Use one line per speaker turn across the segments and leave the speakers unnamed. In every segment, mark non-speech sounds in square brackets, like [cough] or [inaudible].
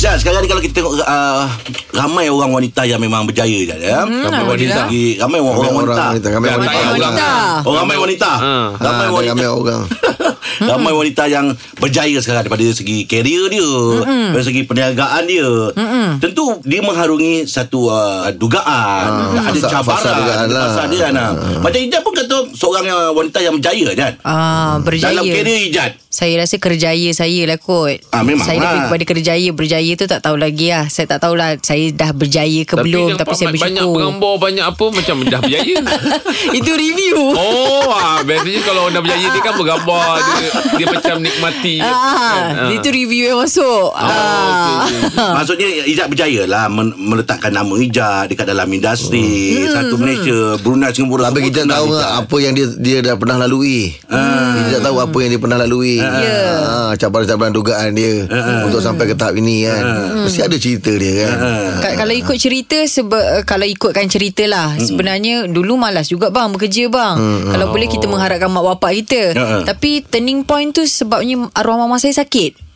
Jad, sekarang ni kalau kita tengok uh, ramai orang wanita yang memang berjaya Jad ya.
Ramai wanita.
Lagi- Ramai orang, orang wanita.
Orang wanita. Ramai
Ramai
wanita. orang.
orang wanita.
Orang ramai wanita.
Ha.
Ramai
Ha,
wanita. [laughs]
ramai orang.
Ramai wanita yang berjaya sekarang daripada segi karier dia, mm dari segi perniagaan dia. Mm-mm. Tentu dia mengharungi satu uh, dugaan,
Ah,
ada
fasa-
cabaran,
fasa dugaan lah.
fasa dia lah. Macam Ijat pun kata seorang yang wanita yang berjaya kan.
Ah, berjaya.
Dalam karier Ijat.
Saya rasa kerjaya saya lah kot
Ah, memang
Saya
lah.
lebih kepada kerjaya Berjaya tu tak tahu lagi lah Saya tak tahulah Saya dah berjaya ke belum
nampak
Tapi saya
ba- Banyak
bersyukur
bergambar Banyak apa Macam dah berjaya
[laughs] Itu review
Oh ah, Biasanya kalau dah berjaya Dia kan bergambar Dia, dia macam nikmati
Ah,
Kan, ah.
Itu review yang masuk
Oh, okey,
ah.
okey.
Maksudnya Ijat berjaya lah men- meletakkan nama Ijat dekat dalam industri
Hmm.
satu Malaysia, Brunei, Singapura.
Tapi
semua
kita
kenal
tahu
Ijat.
tak apa yang dia dia dah pernah lalui. Kita tak tahu apa yang dia pernah lalui.
Ya.
Ha, cabaran-cabaran dugaan dia untuk sampai ke tahap ini kan. Mesti ada cerita dia kan.
Ah.
Ka- Kalau ikut cerita sebe- eh, Kalau ikutkan cerita lah
Hmm.
Sebenarnya Dulu malas juga bang Bekerja bang Kalau boleh kita
Oh.
mengharapkan Mak bapak kita
Mm-mm.
Tapi turning point tu Sebabnya Arwah mama saya sakit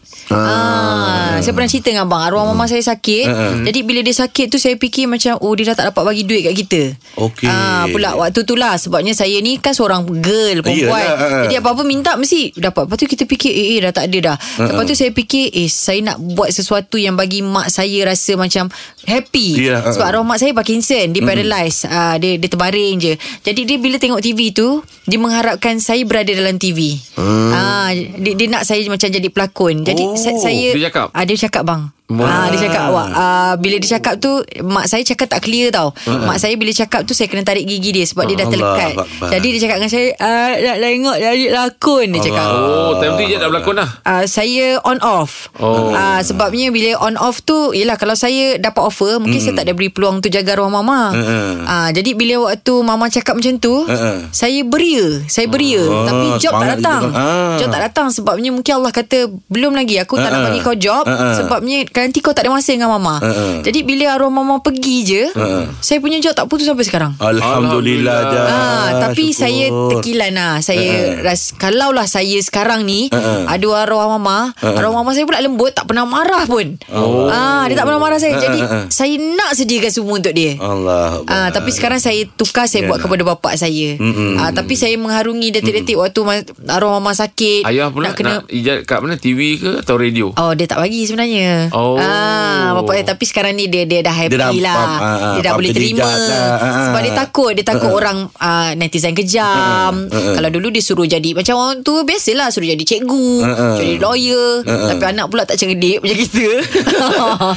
Ah, saya pernah cerita dengan abang
Hmm.
Arwah mama saya sakit
Ah,
Jadi bila dia sakit tu Saya fikir macam Oh dia dah tak dapat bagi duit kat kita
Okey.
ah, Pula waktu tu lah Sebabnya saya ni kan Seorang girl Perempuan
Yelah, ah, ah.
Jadi apa-apa minta Mesti dapat Lepas tu kita fikir Eh, eh dah tak ada dah Lepas tu saya fikir Eh saya nak buat sesuatu Yang bagi mak saya Rasa macam Happy
Ya,
Sebab
ah, ah.
arwah mak saya Parkinson
Hmm.
Dia paralyzed uh, dia, dia terbaring je Jadi dia bila tengok TV tu Dia mengharapkan saya berada dalam TV hmm. uh, dia, dia nak saya macam jadi pelakon Jadi
Oh,
sa- saya
dia cakap?
uh, Dia cakap bang Ah, dia cakap awak ah, Bila dia cakap tu Mak saya cakap tak clear tau Mak saya bila cakap tu Saya kena tarik gigi dia Sebab dia dah
Allah
terlekat
Akbar.
Jadi dia cakap dengan saya ah, Nak tengok jadi lakon Dia cakap
Oh time tu Ijat dah berlakon dah
Uh, saya on off
Oh.
uh, Sebabnya bila on off tu Yelah kalau saya dapat offer Mungkin saya tak ada beri peluang tu Jaga ruang mama
Hmm. Mm-mm.
uh, Jadi bila waktu mama cakap macam tu
Mm-mm. Ah,
Saya beria Saya beria Tapi job
semangat
tak datang
gitu kan. Ah.
Job tak datang Sebabnya mungkin Allah kata Belum lagi aku tak nak
Mm-mm.
bagi kau job
Mm-mm.
Sebabnya nanti kau tak ada masa dengan mama
Mm-mm.
Jadi bila arwah mama pergi je
Mm-mm.
Saya punya job tak putus sampai sekarang
Alhamdulillah Jad.
Ah, tapi
Syukur.
saya tekilan lah. Saya ras, kalaulah saya sekarang ni
Uh-uh.
ada arwah mama, arwah mama saya pula lembut tak pernah marah pun. Ah, Oh. Ah, dia tak pernah marah saya. Jadi
Uh-uh.
saya nak sediakan semua untuk dia.
Allah
Ah, tapi sekarang saya tukar saya buat kepada bapak saya. Ah, tapi saya mengharungi detik-detik waktu ma- arwah mama sakit.
Ayah pula nak, kena... nak Ijat kat mana TV ke atau radio
Oh dia tak bagi sebenarnya
Oh.
ah, Bapak dia Tapi sekarang ni Dia dia dah happy
Dia dah
lah
faham, ah, ah,
Dia dah
faham
boleh
kejejak
terima
lah, ah, ah. Ah,
Sebab dia takut Dia takut orang uh, Netizen kejam Kalau dulu dia suruh jadi Macam orang tu Biasalah suruh jadi cikgu
ah.
Jadi lawyer Tapi anak pula tak cerdik Macam
[laughs]
kita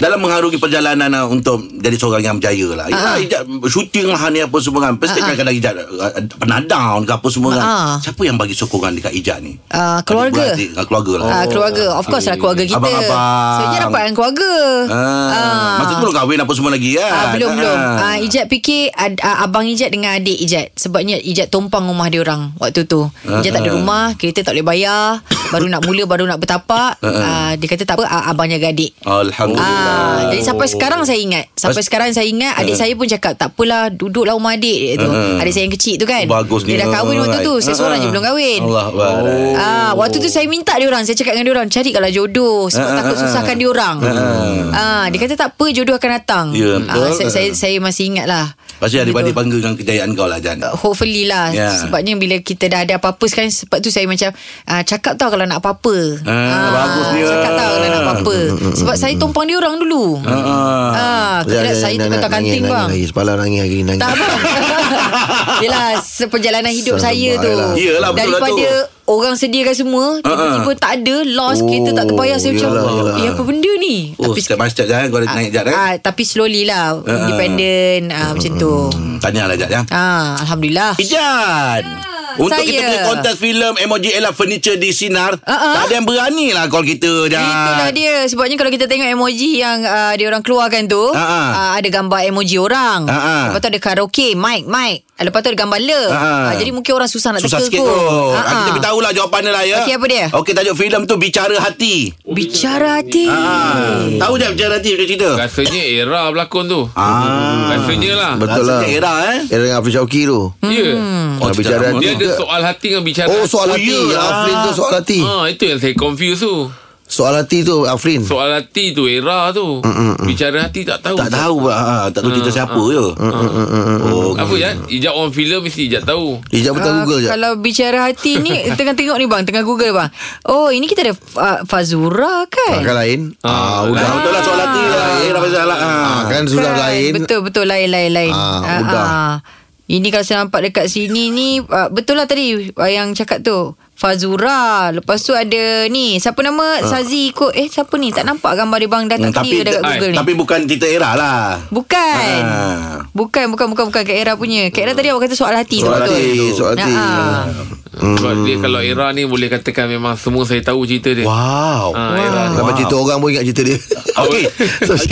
dalam mengharungi perjalanan uh, untuk jadi seorang yang berjaya lah. Ya,
Ah.
Ijat syuting lah ni apa semua kan. Pasti kadang-kadang Ijat uh, pernah down ke apa semua kan.
Ah.
Siapa yang bagi sokongan dekat Ijat ni?
Ah, keluarga.
Adik-beradik, ah, keluarga lah.
Ah, keluarga Of course lah keluarga kita
Oh. Abang-abang.
Sebenarnya dapat dengan keluarga
Ah.
Ah.
Masa tu belum kahwin apa semua lagi kan.
Ah, belum belum.
Ah.
Ah, Ijat fikir ad, ah, abang Ijat dengan adik Ijat sebabnya Ijat tumpang rumah dia orang waktu tu. Ijat tak ada
Ah.
rumah, kereta tak boleh bayar, baru nak mula baru nak bertapak. ah, dia kata tak apa, ah, abang jaga adik.
Alhamdulillah.
Ah, jadi sampai sekarang saya ingat. Sampai sekarang saya ingat
Ah.
adik saya pun cakap tak apalah duduklah rumah adik dia tu. Adik saya yang kecil tu kan.
Bagus ni.
dia dah kahwin waktu tu. Saya
Ah,
seorang
ah.
je belum kahwin.
Allah oh.
Ah, waktu tu saya minta dia orang, saya cakap dengan dia orang, carikanlah jodoh sebab
Ah, ah,
takut
ah,
susahkan dia orang. Ah, dia kata tak apa, jodoh akan datang.
Ya, betul.
Ah, saya, saya saya masih ingat lah.
Pasti adik-adik
Betul.
bangga dengan kejayaan kau lah Jan.
Hopefully lah
Ya.
yeah. Sebabnya bila kita dah ada apa-apa sekarang Sebab tu saya macam uh, Cakap tau kalau nak apa-apa
Ah, bagus dia.
Cakap tau kalau nak apa-apa Sebab saya tumpang dia orang dulu
Ah.
Ah,
Jad,
Kemudian
Jad,
saya
Jad,
tu
nangis, nangis,
ketua kanting
nangis
bang
lagi. Semalam nangis hari ni, nangis.
tak
[laughs]
apa Yelah Seperjalanan hidup
Sabar
saya tu
Yelah,
lah.
betul lah Ah,
Daripada Orang sediakan semua Tiba-tiba tak ada Loss
Oh,
kereta tak terbayar Saya macam
yelah, yelah.
Eh apa benda ni
Oh, step by step Jan. Kau dah naik Jan eh. ah,
ah, Tapi slowly lah Independent ah, Macam tu
Hmm.
Tahniah lah Jan ya.
ah, Alhamdulillah
Ijan Untuk
saya.
kita punya kontes filem Emoji Ella Furniture di Sinar
Ah, ah.
Tak ada yang berani lah call kita Jan
Itulah dia Sebabnya kalau kita tengok emoji Yang uh, dia orang keluarkan tu
Ha, ha.
uh, Ada gambar emoji orang
Ha, ha.
Lepas tu ada karaoke Mic mic Lepas tu ada gambar le
Ha, ha.
Ah, Jadi mungkin orang susah nak
Susah
teka
sikit tu
kot.
ha,
Ha, ha.
Kita beritahu lah jawapan dia lah ya
Okey, apa dia?
Okey tajuk filem tu Bicara Hati
Bicara hati
Hmm.
ha. Tahu je Bicara Hati macam cerita
Rasanya era berlakon tu
Ah.
Rasanya lah
Betul lah.
Rasanya era eh
Era dengan Afri Syauki tu.
Ya yeah.
Oh,
Hmm.
Bicara
cerita lama
hati.
Dia ada Ada soal hati dengan bicara
Oh soal
Oh,
hati
ya.
Afrin tu soal hati
ha, Itu yang saya confuse tu
Soal hati tu Afrin
Soal hati tu Era tu Bicara hati tak tahu
Tak tahu pula ha, Tak
Ah,
tahu kita siapa je Oh
Apa ya Ijat orang filem Mesti ijat tahu
Ijab betul
Ah,
Google je
Kalau bicara hati ni Tengah tengok ni bang Tengah google bang Oh ini kita ada uh, Fazura kan
Kan lain
Dah
Ah,
Ah,
Udah
betul lah soal hati lah Eh dah pasal lah
Ah, Kan sudah
Kan,
lain
Betul-betul lain-lain-lain
Ah, udah.
Ini kalau saya nampak dekat sini ni uh, Betul lah tadi uh, Yang cakap tu Fazura Lepas tu ada ni Siapa nama Sazi ikut Eh siapa ni Tak nampak gambar dia bang Dah tak
Hmm, Tapi eh,
clear dekat Google ni Kan?
Tapi bukan cerita era lah
Bukan
Ah.
Bukan bukan bukan bukan Kak Era punya Kak Era tadi awak kata soal hati
Soal
tu betul
hati Soal hati
Ah,
Sebab dia kalau era ni Boleh katakan memang Semua saya tahu cerita dia
Wow
ha, Era ni
Sampai cerita orang pun ingat cerita dia
[laughs] Okey
[laughs]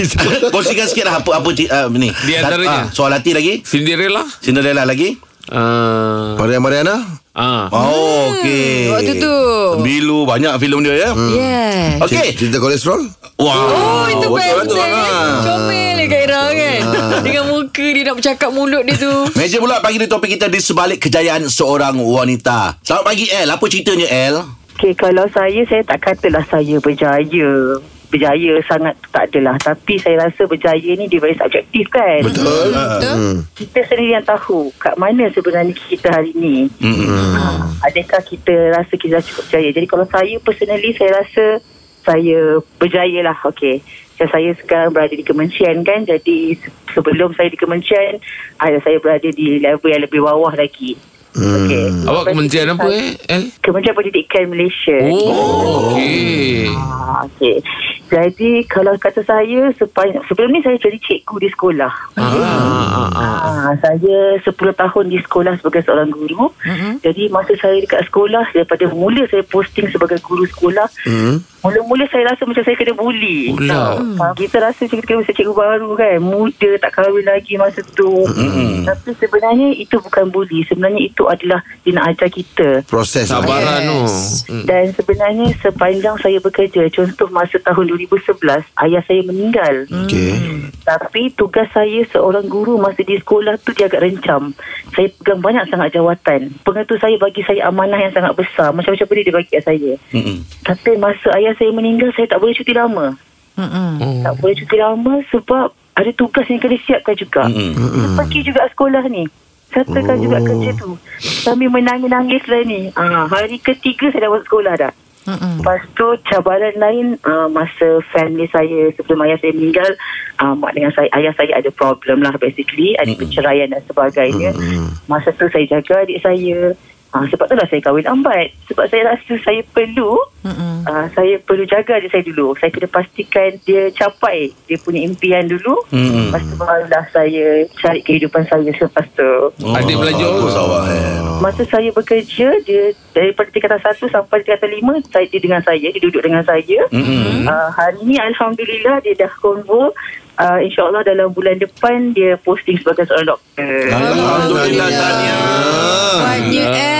Kongsikan sikit lah Apa-apa uh, ni
Di
Ah,
antaranya.
Soal hati lagi
Cinderella
Cinderella lagi
Ah,
Mariana Mariana
ah.
Oh okey
Hmm, waktu tu.
Bilu banyak filem dia ya
Yeah
Okey
Cerita kolesterol
Wow
Oh itu
Betul
best
tu, ah.
Comel eh Kak Era kan Dengan muka dia nak bercakap mulut dia tu
Meja pula pagi ni topik kita di sebalik kejayaan seorang wanita. Selamat pagi El. Apa ceritanya El?
Okay, kalau saya, saya tak katalah saya berjaya. Berjaya sangat tu tak adalah. Tapi saya rasa berjaya ni dia very subjektif kan.
Betul
Ah.
Betul
Kita sendiri yang tahu kat mana sebenarnya kita hari ni.
Mm-mm.
Ha, adakah kita rasa kita dah cukup berjaya? Jadi kalau saya personally, saya rasa saya berjaya lah. Okay. Macam saya sekarang berada di kementerian kan. Jadi se- sebelum saya di kementerian, ah, saya berada di level yang lebih bawah lagi. Okay.
Awak kementerian apa eh El?
Kementerian Pendidikan Malaysia.
Oh Okey
Ah, Okey. Jadi kalau kata saya sepanjang, sebelum ni saya jadi cikgu di sekolah.
ah, ah, ah, ah.
Ah, saya 10 tahun di sekolah sebagai seorang guru. Mm-hmm. Jadi masa saya dekat sekolah daripada mula saya posting sebagai guru sekolah, mm. mula-mula saya rasa macam saya kena bully.
Pula.
Ah, kita rasa macam kita kena macam cikgu baru kan, muda tak kahwin lagi masa tu. Mm-hmm. Tapi sebenarnya itu bukan bully, sebenarnya itu adalah dia nak ajar kita.
Proses lah.
Sabaran tu
Yes.
Hmm.
Dan sebenarnya sepanjang saya bekerja, contoh masa tahun 2011, ayah saya meninggal. Hmm.
Okey
Tapi tugas saya seorang guru masa di sekolah tu dia agak rencam. Saya pegang banyak sangat jawatan. Pengetu saya bagi saya amanah yang sangat besar. Macam-macam benda dia bagi kat saya.
Mm-mm.
Tapi masa ayah saya meninggal, saya tak boleh cuti lama.
Mm-mm.
Tak boleh cuti lama sebab ada tugas yang kena siapkan juga.
Mm-mm.
Dia pergi juga sekolah ni. Sertakan Hmm. oh. juga kerja tu. Kami menangis-nangis lah ni. Ah, hari ketiga saya dah masuk sekolah dah.
Mm-mm.
Lepas tu cabaran lain uh, masa family saya sebelum ayah saya meninggal uh, mak dengan saya ayah saya ada problem lah basically ada perceraian dan sebagainya. Masa tu saya jaga adik saya. Uh, sebab tu lah saya kahwin ambat sebab saya rasa saya perlu
Mm-mm.
uh, saya perlu jaga adik saya dulu. Saya kena pastikan dia capai dia punya impian dulu.
Mm-mm.
Lepas tu barulah saya cari kehidupan saya selepas tu.
Adik belajar
Bagus awak El.
Masa saya bekerja dia daripada tingkatan satu sampai tingkatan lima saya dia dengan saya dia duduk dengan saya.
Mm-hmm.
Mm-mm.
Uh, hari ni alhamdulillah dia dah konvo uh, insyaallah dalam bulan depan dia posting sebagai seorang doktor.
Ah.
Alhamdulillah Tania.
Ah. Banyak eh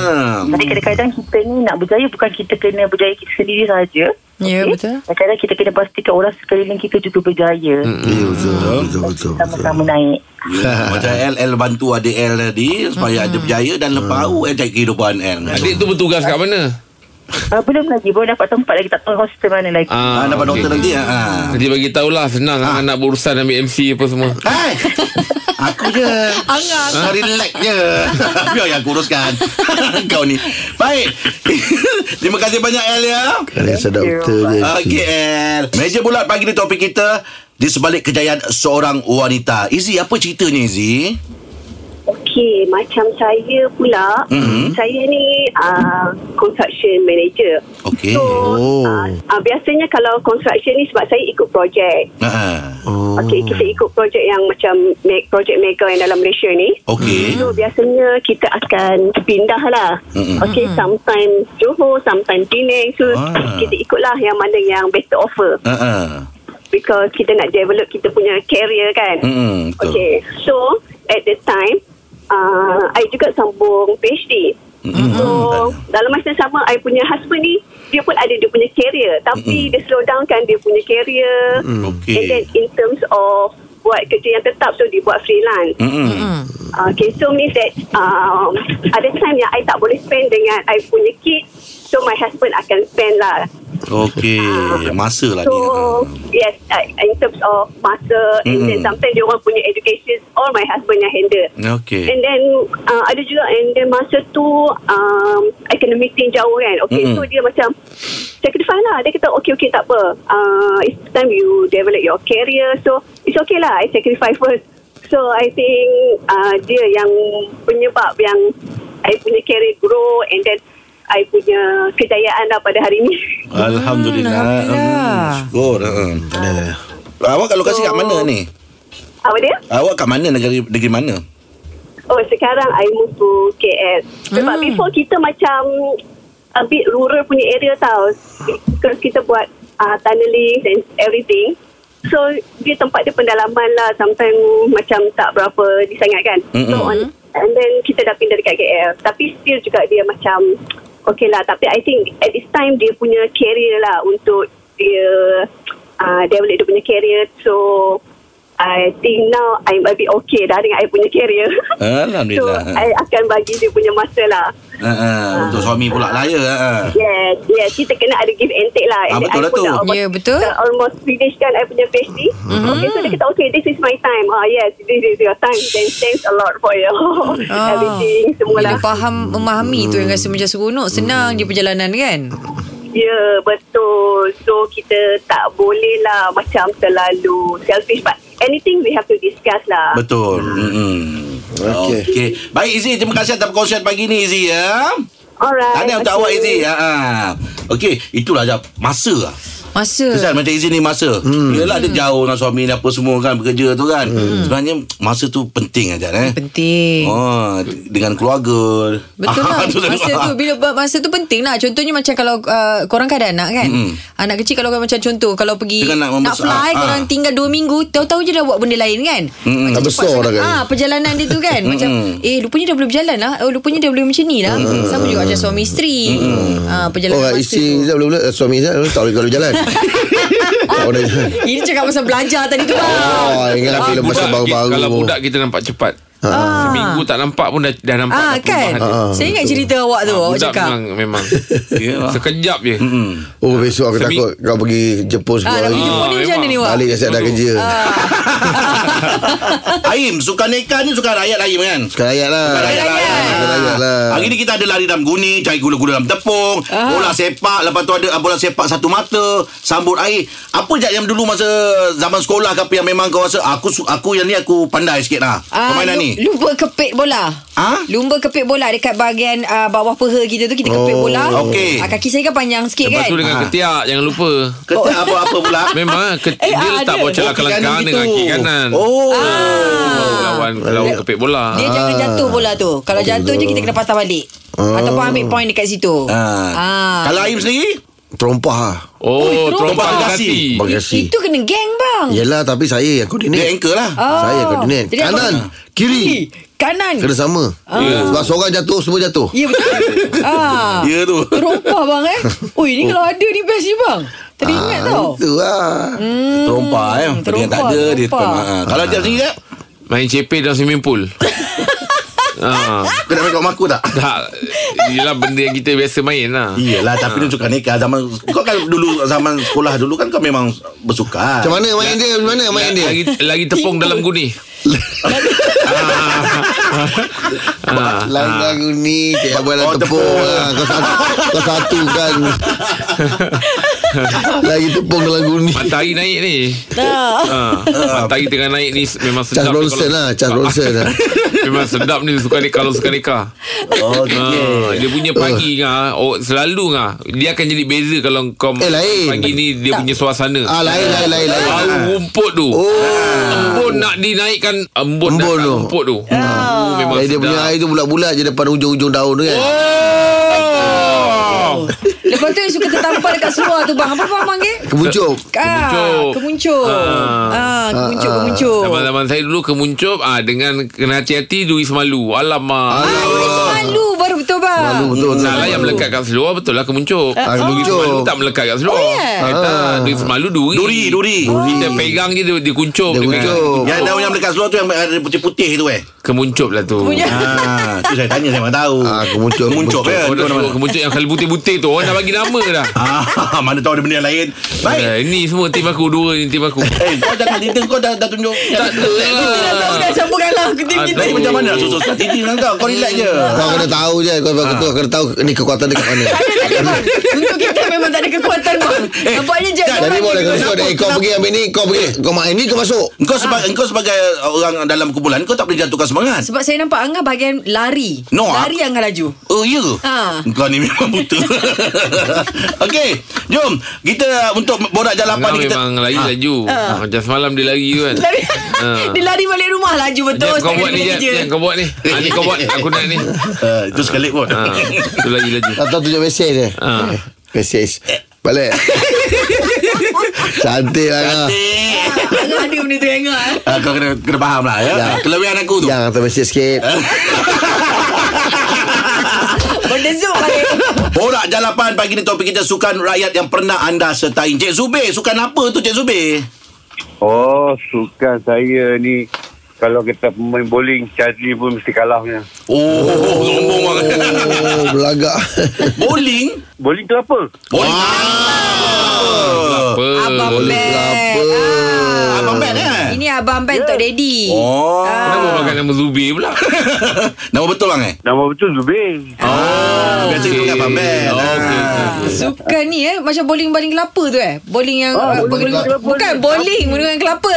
Ah.
Jadi kadang-kadang kita ni nak berjaya bukan kita kena berjaya kita sendiri saja.
Ya,
Okey?
betul.
Kadang-kadang kita kena pastikan orang sekeliling kita juga berjaya.
Ya betul Betul betul betul.
Sama-sama naik.
Ya, Macam El El bantu adik El tadi supaya ada berjaya dan lepas tu El cari kehidupan El.
Adik tu bertugas kat mana?
Uh, belum lagi Belum dapat tempat lagi Tak tahu hospital mana lagi
Ah, dapat
okey.
doktor nanti ah.
Nanti bagi tahulah senang ah. nak berurusan ambil MC apa semua.
Hai. [laughs] Aku je
Angang
Ah, relax je [laughs] Biar yang kuruskan [laughs] Kau ni Baik [laughs] Terima kasih banyak El ya
Kalian sedap betul je
Okey El Meja bulat pagi ni topik kita Di sebalik kejayaan seorang wanita Izzy apa ceritanya Izzy?
Okey, macam saya pula,
Mhm.
mm-hmm. saya ni uh, construction manager.
Okey
So,
Oh.
oh. uh, uh, biasanya kalau construction ni sebab saya ikut projek.
Ha.
Oh.
Oh. Okey, kita ikut projek yang macam me- projek mega yang dalam Malaysia ni.
Okey
So, biasanya kita akan pindah lah.
Mhm.
Mm-hmm. Okey, sometimes Johor, sometimes Penang. So,
Ah.
kita ikutlah yang mana yang better offer.
Ha. Ha.
Because kita nak develop kita punya career kan.
Mm-mm, betul.
Okay, so at the time, uh, I juga sambung PhD.
Mm-mm.
So
Mm-hmm.
dalam masa yang sama, I punya husband ni dia pun ada dia punya career, tapi dia slow down kan dia punya career.
Mm.
And then
Okey Mm.
in terms of buat kerja yang tetap, so dia buat freelance.
Mm-mm.
Uh, okay, so means that um, ada time yang I tak boleh spend dengan I punya kid. So my husband akan spend lah.
Okey, masa lah
So
ni.
yes, uh, in terms of masa and then
Mm.
sometimes dia orang punya education all my husband yang handle.
Okey.
And then uh, ada juga and then masa tu um, I kena meeting jauh kan. Okay,
Mm-mm.
so dia macam saya kena fine lah. Dia kata okay okay tak apa. Uh, it's time you develop your career. So it's okay lah. I sacrifice first. So I think uh, dia yang penyebab yang I punya career grow and then I punya kejayaan lah pada hari ni. [laughs]
Mm, Alhamdulillah.
Alhamdulillah.
Hmm, Syukur. Uh. Awak kat lokasi kat mana ni?
Apa dia?
Awak kat mana negeri negeri mana?
Oh sekarang I move to KL Sebab hmm. before kita macam A bit rural punya area tau Because kita buat uh, tunneling and everything So dia tempat dia pendalaman lah Sometimes macam tak berapa disangat kan
Mm-mm.
So on And then kita dah pindah dekat KL Tapi still juga dia macam Okay lah Tapi I think at this time dia punya career lah Untuk dia uh, Develop dia punya career So I think now I'm a bit okay dah dengan I punya career [laughs] So
Alhamdulillah.
I akan bagi dia punya masa lah
Ah, ah, untuk suami pula lah ya. ah.
Yes yes Kita kena ada give and take lah
Ah,
And
betul
I
lah
pun
tu.
dah almost-
Ya, betul. Mhm.
dah Almost finish kan I punya PhD mm-hmm. Okay so dia kata Okay this is my time Ah Yes this is your time Then thanks a lot for
[laughs]
your
Oh.
Everything Semua
Bila
lah
faham memahami tu yang rasa macam seronok, senang je perjalanan kan?
Ya betul So kita tak boleh lah Macam terlalu selfish But anything we have to discuss lah
Betul. Mm-mm.
Okey.
Okey. Okay. Baik Izzy, terima kasih atas perkongsian pagi ni Izzy ya.
Alright
Tahniah untuk
okay.
awak Izzy. Ha. ah. Okey, itulah jap masa lah.
Masa.
Kesal macam Izzy ni masa. Hmm. Yalah dia jauh dengan suami dan apa semua kan bekerja tu kan. Hmm. Sebenarnya masa tu penting aja eh.
Penting.
Oh, dengan keluarga.
[laughs] Betul
[laughs]
lah
tu tadi.
Masa tu Bila buat masa tu penting lah Contohnya macam Kalau uh, korang kan ada anak kan mm-hmm. Anak kecil kalau korang macam contoh Kalau pergi
Dengan nak
kan Nak
membesar-
fly
ah.
Korang tinggal 2 minggu Tahu-tahu je dah buat benda lain kan mm-hmm.
Dah besar dah kan.
ah, Perjalanan dia tu
[laughs]
kan Macam Eh lupanya dah boleh berjalan lah Oh lupanya dah boleh macam ni lah Sama juga macam suami isteri ah, Perjalanan
Oh,
masa
isteri [laughs] Izzat boleh-boleh eh, Suami Izzat boleh- tak boleh kalau
[laughs]
jalan Tak boleh jalan
tu Ini cakap pasal belajar tadi tu bang
Oh, ingatlah filem masa baru-baru
Kalau Ah, budak kita nampak cepat
Ah.
Seminggu tak nampak pun dah, dah nampak
Ah
dah
kan
perubahan dia.
Ah,
Saya ingat
betul.
cerita awak tu Awak
Ah, Budak
cakap
memang, memang
Yalah.
Sekejap je
Oh, besok aku
Semi-
takut Kau pergi Jepun
Ah,
sepuluh
dah
hari
pergi Jepun ni Ah. macam mana ni
memang.
awak
Balik asyik dah
Betul.
kerja
Aim, sukan ikan ni sukan rakyat Aim kan?
Sekarang ayat lah
Sukan rakyat.
Sukan rakyat lah
Hari ni kita ada lari dalam guni, cari gula-gula dalam tepung, bola sepak, lepas tu ada ah, bola sepak satu mata, sambut air. Apa je yang dulu masa zaman sekolah ke apa yang memang kau rasa aku su- aku yang ni aku pandai sikit lah.
Ah,
Permainan
lu-
ni.
Lumba kepit bola.
Ha?
Lumba kepit bola dekat bahagian uh, bawah peha kita tu kita kepit
Oh,
bola.
okey.
Ah, kaki saya kan panjang sikit
Lepas
kan.
tu
Ha.
dengan
Ah.
ketiak Jangan lupa
Kata apa-apa pula.
Memang ke,
Eh,
Dia
ah,
letak
ada.
bawah celak
Kaki kanan
kelangkaan
gitu.
Dengan kaki kanan
Oh.
Lawan Lawan kepik bola
Ah. dia jangan jatuh bola tu.
Oh,
Kalau jatuh je kita kena patah balik. Ataupun ambil point dekat situ.
Ah. Kalau Aim sendiri?
Terompah lah
terompah
Oh Terompah
gergasi.
gergasi
Terima kasih
Itu kena geng bang.
Yelah tapi saya yang koordinat
Dia anchor lah.
Oh.
Saya koordinat
Jadi abang-
Kanan Kiri
Kanan.
Kena sama Ya. Sebab seorang jatuh Semua jatuh
Ya betul. ah.
Ya tu.
Terompah bang eh. Ui ni kalau ada ni best ni bang. Tadi ingat tau.
Ah, Itu lah
Terompah eh. Dia
terompah,
tak ada dia
terompah.
terompah. Ah, Kalau dia sendiri tak?
Main CP dalam swimming pool [laughs] ah,
Kau nak main kat rumah aku tak?
Tak Yelah benda yang kita biasa main lah
Iyalah tapi dia suka nikah zaman kau kan dulu zaman sekolah dulu kan kau memang bersuka.
Macam mana main dia Macam mana main dia
lagi, lagi tepung dalam guni
Ah, Lain lagu ni Cik Abang dah
Oh,
tepung
tepung.
lah. Kau satu Kau satu kan Lagi tepung dalam guni
Matahari naik ni
Ah.
ha, Matahari tengah naik ni Memang sedap
Charles
ni
Bronson
kalau-
lah Charles
[laughs]
Bronson lah
Memang sedap ni suka ni kalau suka nikah.
Oh,
Ha, dia punya
Uh.
pagi ngah, oh, selalu ngah. Dia akan jadi beza kalau kau
Eh, lain.
pagi ni dia punya suasana.
Ah lain lain lain Ah. lain
Bau rumput tu. Oh. Embun nak dinaikkan embun,
Embun
embun dah
tu.
tu. rumput tu. Oh, memang
Lain Eh, dia
sedap.
punya air tu bulat-bulat je Depan ujung-ujung daun tu kan
Oh.
Lepas tu yang suka tertampar dekat seluar tu bang. Apa bang panggil?
Kemuncup
Ah, kemuncup.
Kemuncup.
Ah, kemuncup, kemuncup.
Zaman-zaman saya dulu kemuncup ah dengan kena hati-hati duri semalu. Alamak.
Ah, duri semalu baru betul bang. juga.
Selalu betul betul.
Salah yang melekat kat seluar Betul lah kemuncuk
Ah,
Duri
kemuncuk.
semalu tak melekat kat seluar
Oh, ya?
Eh, tak. Duri semalu duri
Duri, duri.
Kita pegang je dia, dia kuncup
Dia
pegang.
kuncup.
Yang daun yang dekat seluar tu Yang ada putih-putih tu eh
Kemuncup lah tu
Punya.
Ah, tu saya tanya saya memang tahu.
Ah, kemuncup,
Kemuncup
kemuncup.
ya.
Orang dah
Mana-mana.
sebut kemuncup yang kali butir-butir tu Orang dah bagi nama dah
Ah, [laughs] mana tahu ada benda yang lain. Baik.
Ah, Ini semua tim aku Dua ni tim aku
Eh, kau dah cerita kau dah dah tunjuk.
Tak ada
Tahu dah
lah
campur kalah ke tim kita.
Baik macam mana nak susul strategi dengan kau? Kau relax je.
Kau kena tahu je Kau ha. kau kena tahu Ni kekuatan dia kat mana
Tak ada bang Untuk kita memang tak ada kekuatan bang Nampaknya je
Jadi boleh kena suruh dia, "Eh, Kau
kenapa?
pergi ambil ni Kau pergi Kau main ni kau masuk
Engkau sebagai engkau sebagai uh, orang dalam kumpulan kau tak boleh jatuhkan semangat.
Sebab saya nampak Angah bahagian lari
No,
Lari Angah laju
Oh ya ke?
Ha.
Kau ni memang
[laughs]
buta Okey Jom Kita untuk borak jalan
Kau
lapan ni kita
memang lari
Ah.
laju Ah, Macam semalam dia lari tu kan
Lari
Ah.
[laughs] Dia lari balik rumah laju betul
Jap kau
setiap
buat ni
kali
Jap
kerja.
Jap, kau buat ni ah, Ni kau buat Aku nak ni
Ah, Itu sekali pun [laughs]
ah, Tu lagi laju
Kau tahu tunjuk mesej dia
Ah.
Mesej Balik Cantik lah kau
Eh,
[laughs] Angah ada benda tu Angah eh.
ah, Kau kena, kena faham lah ya?
Ya.
Kelebihan aku tu
Yang hantar mesej sikit
Benda zoom balik
Eh,
Borak Jalapan pagi ni topik kita sukan rakyat yang pernah anda sertai. Cik Zubir, sukan apa tu Cik Zubir?
Oh, sukan saya ni kalau kita pemain bowling, Chadli pun mesti kalahnya.
Oh, oh sombong banget.
Oh belagak
Bowling?
Bowling tu apa?
Bowling.
Apa
Abang
Boleh.
Ben
Berapa
Ah, Abang Ben eh?
Ini Abang Ben untuk daddy
Oh.
Ah.
Kenapa makan nama Zubir pula
[laughs] Nama betul bang eh?
Nama betul Zubir.
Oh, biasa
okey.
itu kan Abang Ben. Ah.
Oh, Ah. okey, okey, okey.
Suka ni eh Macam bowling baling kelapa tu eh Bowling yang
Ah,
eh,
bowling
menggunakan-
kelapa.
Bukan bowling Menggunakan kelapa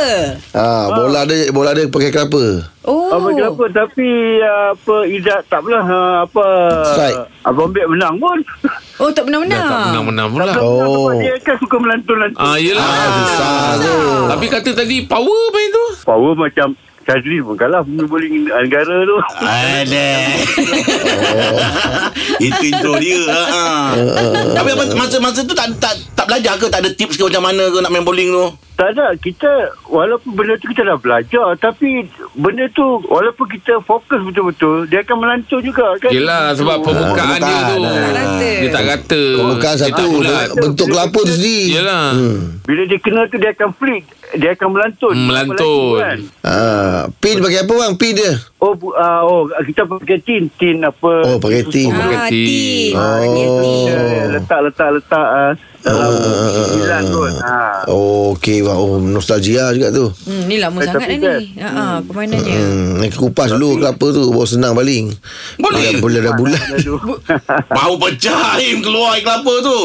Ah, bola dia bola dia pakai kelapa.
Oh
Apa kenapa tapi ah, apa Izzat tak pernah ah, apa
Strike.
Abang Bek menang pun.
Oh tak
Dah
pernah-menang
tak menang-menang pula
Oh.
[laughs] Sebab dia kan suka melantun-lantun.
Ah, yelah
Besar tu.
Tapi kata tadi Power main tu
Power macam Chadli pun kalah pemain bowling negara tu.
Alah. [laughs] Itu intro dia. Ha, ha. Tapi abang, masa masa tu tak tak tak belajar ke? Tak ada tips ke macam mana ke nak main bowling tu?
Tak ada kita walaupun benda tu kita dah belajar tapi benda tu walaupun kita fokus betul-betul dia akan melantun juga kan.
Yelah sebab permukaan dia tu
rata.
Dia tak rata
Bukan
Dia lah. tak
satu
bulat
bentuk kelapa tu sendiri. Hmm.
Yelah
Bila dia kena tu dia akan flick. Dia akan melantun.
Melantun.
Kan?
Ah, pin pakai apa bang? Pin dia.
Oh, bu- ah, oh kita pakai tin. Tin apa.
Oh,
kan?
pakai tin.
Ah,
Berkati.
tin
Oh.
Dia tin
Dia Letak-letak-letak. ah, dalam sembilan kot. Ah.
Oh, okey bang. Oh, nostalgia juga tu.
Hmm, ni lama
Eh,
sangat
tapi
dah
kan?
ni. Ha ah, permainannya.
Hmm, nak kupas dulu kelapa tu baru senang baling.
Boleh.
Dah bulan dah bulan.
Aduh.
Bau pecah Im keluar air kelapa tu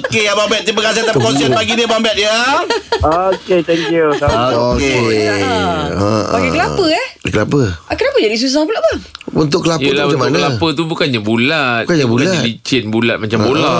Okey Abang Bet Terima kasih atas perkongsian pagi ni Abang Bet ya
Ah, Okay, thank you. Sama-sama.
Okey. Ha.
Pakai kelapa eh?
Kelapa.
Ah, kenapa jadi susah pula bang?
Bentuk kelapa
Yelah
tu
bentuk
macam mana?
kelapa tu bukannya bulat
Bukannya
Dia
bulat. Ah.
licin bulat macam bola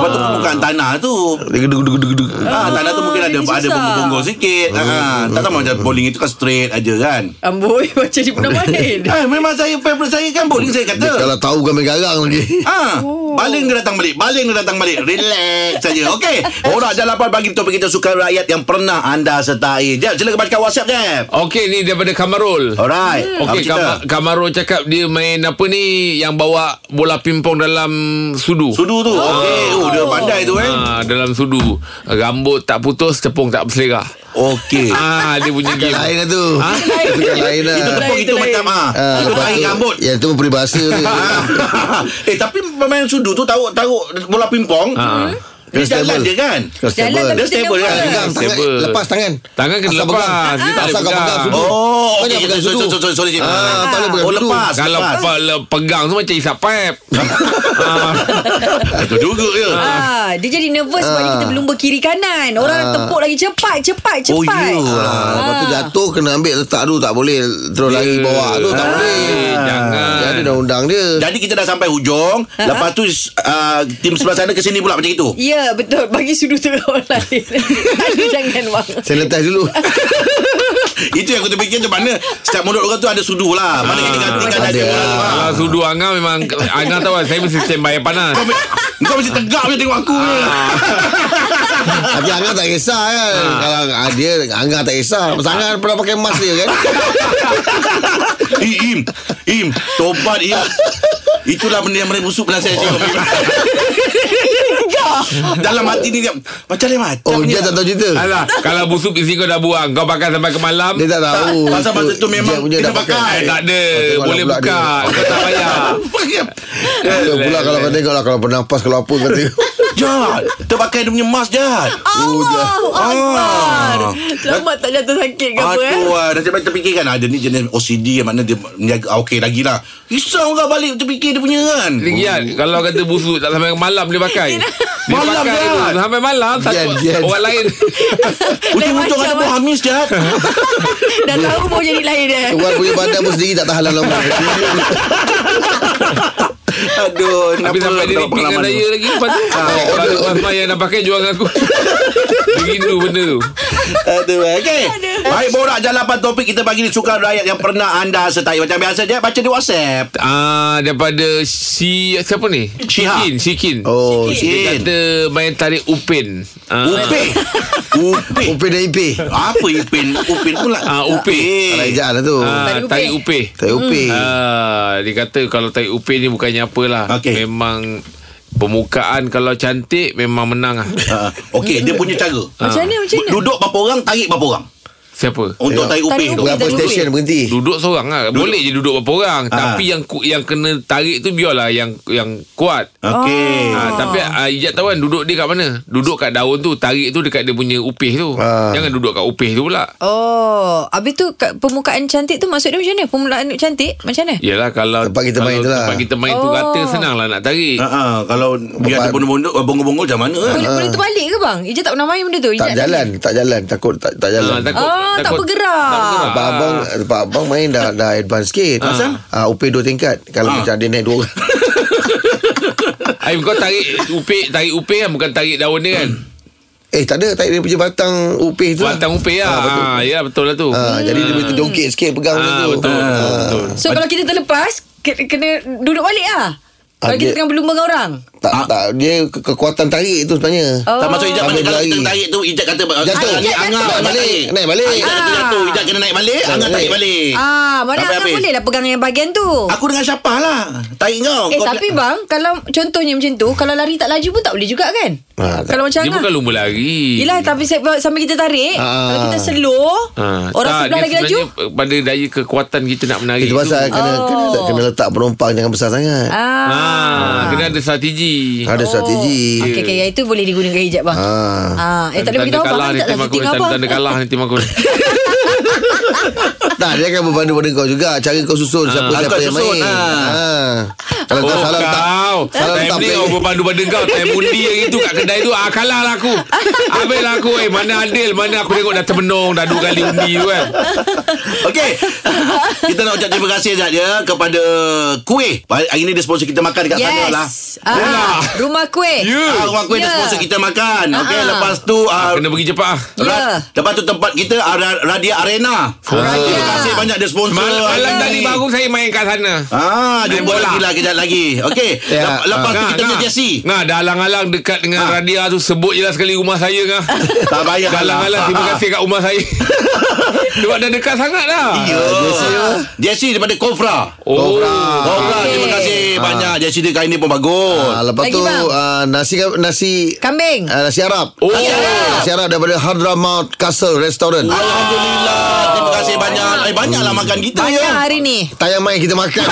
Lepas tu permukaan tanah tu
Degu degu degu degu.
Ah, tanah tu mungkin ada
jadi
ada
susah.
bonggol-bonggol sikit. Ah, tak sama macam bowling itu kan straight aja kan.
Amboi [laughs] macam di punah main.
Ah, memang saya favorite saya kan bowling saya
Dia
kata.
kalau tahu kami garang lagi.
Ah, baling dia datang balik Baling dia datang balik Relax saja Okey Orang jalapan bagi topik kita Sukan rakyat yang pernah anda sertai Jeb silakan bacakan whatsapp Jeb
Okey ni daripada Kamarul
Ah,
Alright
Hmm.
Apa
Okey,
cerita?
Kam- Kamarul cakap dia main apa ni yang bawa bola pingpong dalam sudu.
Sudu tu
Ah.
Okey oh, Dia
kan
pandai tu eh
Ha, dalam sudu. Rambut tak putus, tepung tak berselera.
Okey
Ah, dia punya
Yang Eh. lain
game.
lah tu.
Ha?
Itu yang lain lah.
Itu tepung
Lain,
itu
itu lain.
macam ah.
Ah,
Itu
lepas
air
tu-
rambut. [laughs]
Yang tu peribahasa
[laughs]
tu.
Ha.
eh tapi pemain sudu tu taruh taruh bola pingpong.
Ah.
Dia jalan dia kan.
Constable.
Jalan tapi
Dia stable
kena
kan?
Pegang
buat.
tangan,
Stable.
lepas tangan.
Tangan kena
Asal
lepas.
pegang.
Dia tak boleh
Asal kau
pegang.
pegang sudu.
Oh,
Kau
okey.
jangan pegang
Sorry,
sudu.
sorry, sorry, sorry. Cik.
Ah, tak boleh pegang
Oh,
sudu.
lepas.
Kalau
Kan
lepas.
pe- le- pegang tu macam isap
[laughs]
pep. ah.
Itu juga ya.
Ah, dia jadi nervous sebab kita berlumba kiri kanan. Orang tepuk lagi cepat, cepat, cepat.
Oh, ya.
Ah, Lepas tu jatuh kena ambil letak tu tak boleh terus
Ya.
lari bawah tu tak boleh.
Eh, Jangan.
Jadi dah undang dia.
Jadi kita dah sampai hujung
Ha,
Lepas tu uh, Tim sebelah sana ke sini pula macam
[laughs]
itu
Ya, betul. Bagi sudut tu orang lain. [laughs] Tak ada jangan bang.
Sanitize
[laughs]
dulu.
Itu yang aku terfikir macam mana Setiap mulut orang tu ada sudu lah Mana kita gantikan
Ah, Ada
ada
lah.
orang tu, ah.
Kalau sudu Angah memang Angah tahu lah, saya mesti standby air panas.
Kau mesti tegak je tengok aku je.
Ah. Tapi Angah tak kisah kan ha. Kalau ah, dia Angah tak kisah Pasal Angah pernah pakai emas dia
[laughs]
kan
Eh, Im Im Tobat Im Itulah benda yang mereka busuk Bila saya
[laughs]
cakap Dalam hati ni dia, Macam dia macam
Oh
ni
dia tak tahu cerita
Alah, kalau busuk isi kau dah buang, kau pakai sampai ke malam.
Dia tak tahu
Pasal
Itu
masa tu memang
Jack punya
kita
dah
pakai.
Eh, tak ada.
Oh, tengoklah
Boleh
pula
buka.
dia.
Kau tak
[laughs]
payah.
Dia pula kalau
Eh.
kau tengok lah Kalau bernafas Kalau apa kau tengok
Jahat Terpakai dia punya mask jahat
Oh, Ah,
Allahu Akbar
Ah.
Selamat tak jatuh sakit ke apa eh
Aduh, ah, dah sampai terfikirkan ada ni jenis OCD yang mana dia menjaga ah, okey lagi lah. Risau kau balik terfikir dia punya kan.
Lihat, kalau kata busuk tak sampai ke malam dia
[laughs]
pakai. Dia
Malam
pakai
jahat.
tu, sampai malam takut
Jan, Jan.
orang lain.
Ujung-ujung
macam
ada
eh.
buah hamis
[laughs]
jahat.
Dah tahu mau jadi lain eh
Tuan punya badan pun sendiri Tak tahan lama
Aduh,
Tapi sampai dia repeat dengan saya lagi lepas tu. Oh, Orang orang yang dah pakai jual dengan aku. Dia rindu benda tu.
Aduh, eh, okey. Baik, borak jalapan topik kita bagi ni sukan rakyat yang pernah anda sertai. Macam biasa je, baca di WhatsApp.
Ah daripada si siapa ni?
Syiha.
Sikin, Sikin.
Oh
Dia
Sin.
kata main tarik upin. Ah,
Upin. Upin.
Upin dan Ipih
Apa Ipin? Upin pula.
Ah, Upin.
Kalau ejaan lah tu
ah,
Tarik upin.
tarik
Tak
upin.
Upin
Ah, dia kata kalau tarik upin ni bukannya apalah.
Okey.
Memang permukaan kalau cantik memang menang ah.
Ah, Okey, dia punya cara. Ah.
Macam mana macam mana
Duduk berapa orang, tarik berapa orang.
Siapa?
Oh.
Untuk tarik
Tarik
Upin tu.
Upin.
Berapa
Upin.
stesen berhenti
Duduk seorang lah Boleh je duduk berapa orang
Ah.
Tapi yang ku- yang kena tarik tu Biarlah yang yang kuat
Okey.
Ah, tapi uh, Ijat tahu kan duduk dia kat mana? Duduk kat daun tu, tarik tu dekat dia punya upih tu.
Ah.
Jangan duduk kat upih tu pula.
Oh Habis tu kat- Permukaan cantik tu Maksud dia macam mana Permukaan cantik Macam
Ya.
mana
Yalah kalau
Tempat kita
kalau
main tu lah. Ah,
Tempat kita main tu
Oh.
rata senang lah nak tarik.
Ha, ha, kalau dia ada bondok-bondok, bonggol-bonggol macam mana kan?
Boleh, boleh terbalik ke bang Ijat tak pernah main benda tu
Tak
Ijat
jalan Tak jalan Takut tak, tak
Ah,
jalan
takut, Ah.
Oh, tak bergerak.
Pak abang Pak abang main dah Dah advance sikit Pasal uh, Upin dua tingkat Kalau
Ah.
macam dia naik dua orang [laughs]
Aim kau tarik upih, tarik upih kan bukan tarik daun dia kan.
Eh tak ada Tak ada dia punya batang Upin tu lah.
Batang upih lah.
Ah, betul.
Ah, yalah betul lah tu.
Ah, Jadi dia boleh terjongkit sikit Pegang macam
Ah,
tu
betul, betul,
Ah.
betul.
So kalau kita terlepas ke- Kena duduk balik lah
Ah,
Kalau kita
dia-
tengah berlumba dengan orang
Tak, tak Dia ke- kekuatan tarik tu sebenarnya
Oh.
Tak masuk Ijat
Sambil
mana kalau
berlari.
kita tarik tu Ijat kata
Jatuh.
Angah,
Ijat
Angah
jatuh.
Angah
Balik,
tarik.
naik balik.
Ah, Ijat kata
Ah.
jatuh Ijat kena naik balik Angah tarik balik
Eh,
Ah, mana
Sampai
Angah
habis.
boleh lah pegang yang bahagian tu
Aku dengan Syapah lah Tarik kau
Eh
Kau-
tapi bang Kalau contohnya macam tu Kalau lari tak laju pun tak boleh juga kan
Ah, tak-
Kalau macam
Dia bukan
Angah
lumba lari.
Yelah tapi se- sambil kita tarik
Ah.
Kalau kita slow
Ah,
Orang
tak,
sebelah
dia
lagi laju
sebenarnya eh, Pada daya kekuatan kita nak menari
Itu pasal
tu.
kena, kena,
Oh.
kena letak penumpang Jangan besar sangat
Ah, kena ada strategi.
Ada strategi
Oh. Okey okey itu boleh digunakan hijab bang.
Ah.
Ah, eh tak boleh
Tanda
beritahu
kalah
bang tak
ni
tak
tim aku
setting
Tanda
abang.
tanda kalah ni tim aku
Tak dia akan berpandu pada kau juga Cara kau susun Siapa
Ah,
siapa
kau
yang
susun,
main
ah.
Ah. Kalau
Oh
kau salah letak
kau
salah
Time
letak
ni
play.
kau berpandu pada kau Time undi yang itu kat kedai tu ah, Kalah lah aku Habis lah aku eh, Mana adil Mana aku tengok dah termenung Dah dua kali undi tu kan
[laughs]
Okey Kita nak ucap terima kasih Ijat ya Kepada Kuih Hari ini dia sponsor kita makan Dekat sana lah
Yes. Ah, ah, rumah kuih.
Ah, Rumah Kuih dia
Ya.
sponsor kita makan Okey
Ah, ah.
lepas tu ah,
Kena pergi cepat ah.
Ya.
Ra- Lepas tu tempat kita ah, Ra- Radia
Ah.
Arena Terima kasih banyak dia sponsor
Malam, malam
hari
tadi
ni.
baru saya main kat sana
Ah, dia
Main
buat
bola. kan,
lagi lah kejap lagi. Okey.
Ya.
Lep- Lepas tu kita punya Jesse.
Nah, dah alang-alang dekat dengan
Ah.
Radia tu Sebut je lah sekali rumah saya ngah.
[laughs] Tak payah.
Dah alang-alang terima
Ah, ah.
kasih kat rumah saya [laughs] Sebab dah dekat sangat lah
Ya. Jesse daripada Kofra.
Oh,
Kofra, terima kasih banyak. Jesse dia kali ni pun bagus.
Ah, Lepas
Lagi,
tu
bang.
ah, Nasi Nasi
Kambing.
ah, Nasi Arab
Oh.
Nasi Arab daripada Hadramaut Castle Restaurant
Oh. Alhamdulillah. Terima kasih banyak. Eh, banyaklah makan kita ya.
Banyak hari ni.
Tayang main kita makan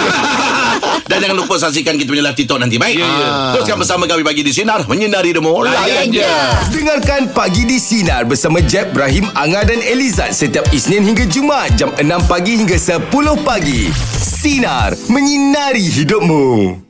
Dan jangan lupa saksikan kita punya live TikTok nanti. Baik.
ya.
Teruskan bersama kami bagi di Sinar. Menyinari demo.
Layan je.
Dengarkan Pagi di Sinar bersama Jeb, Ibrahim, Anga dan Elizad setiap Isnin hingga Jumaat jam 6 pagi hingga 10 pagi. Sinar. Menyinari hidupmu.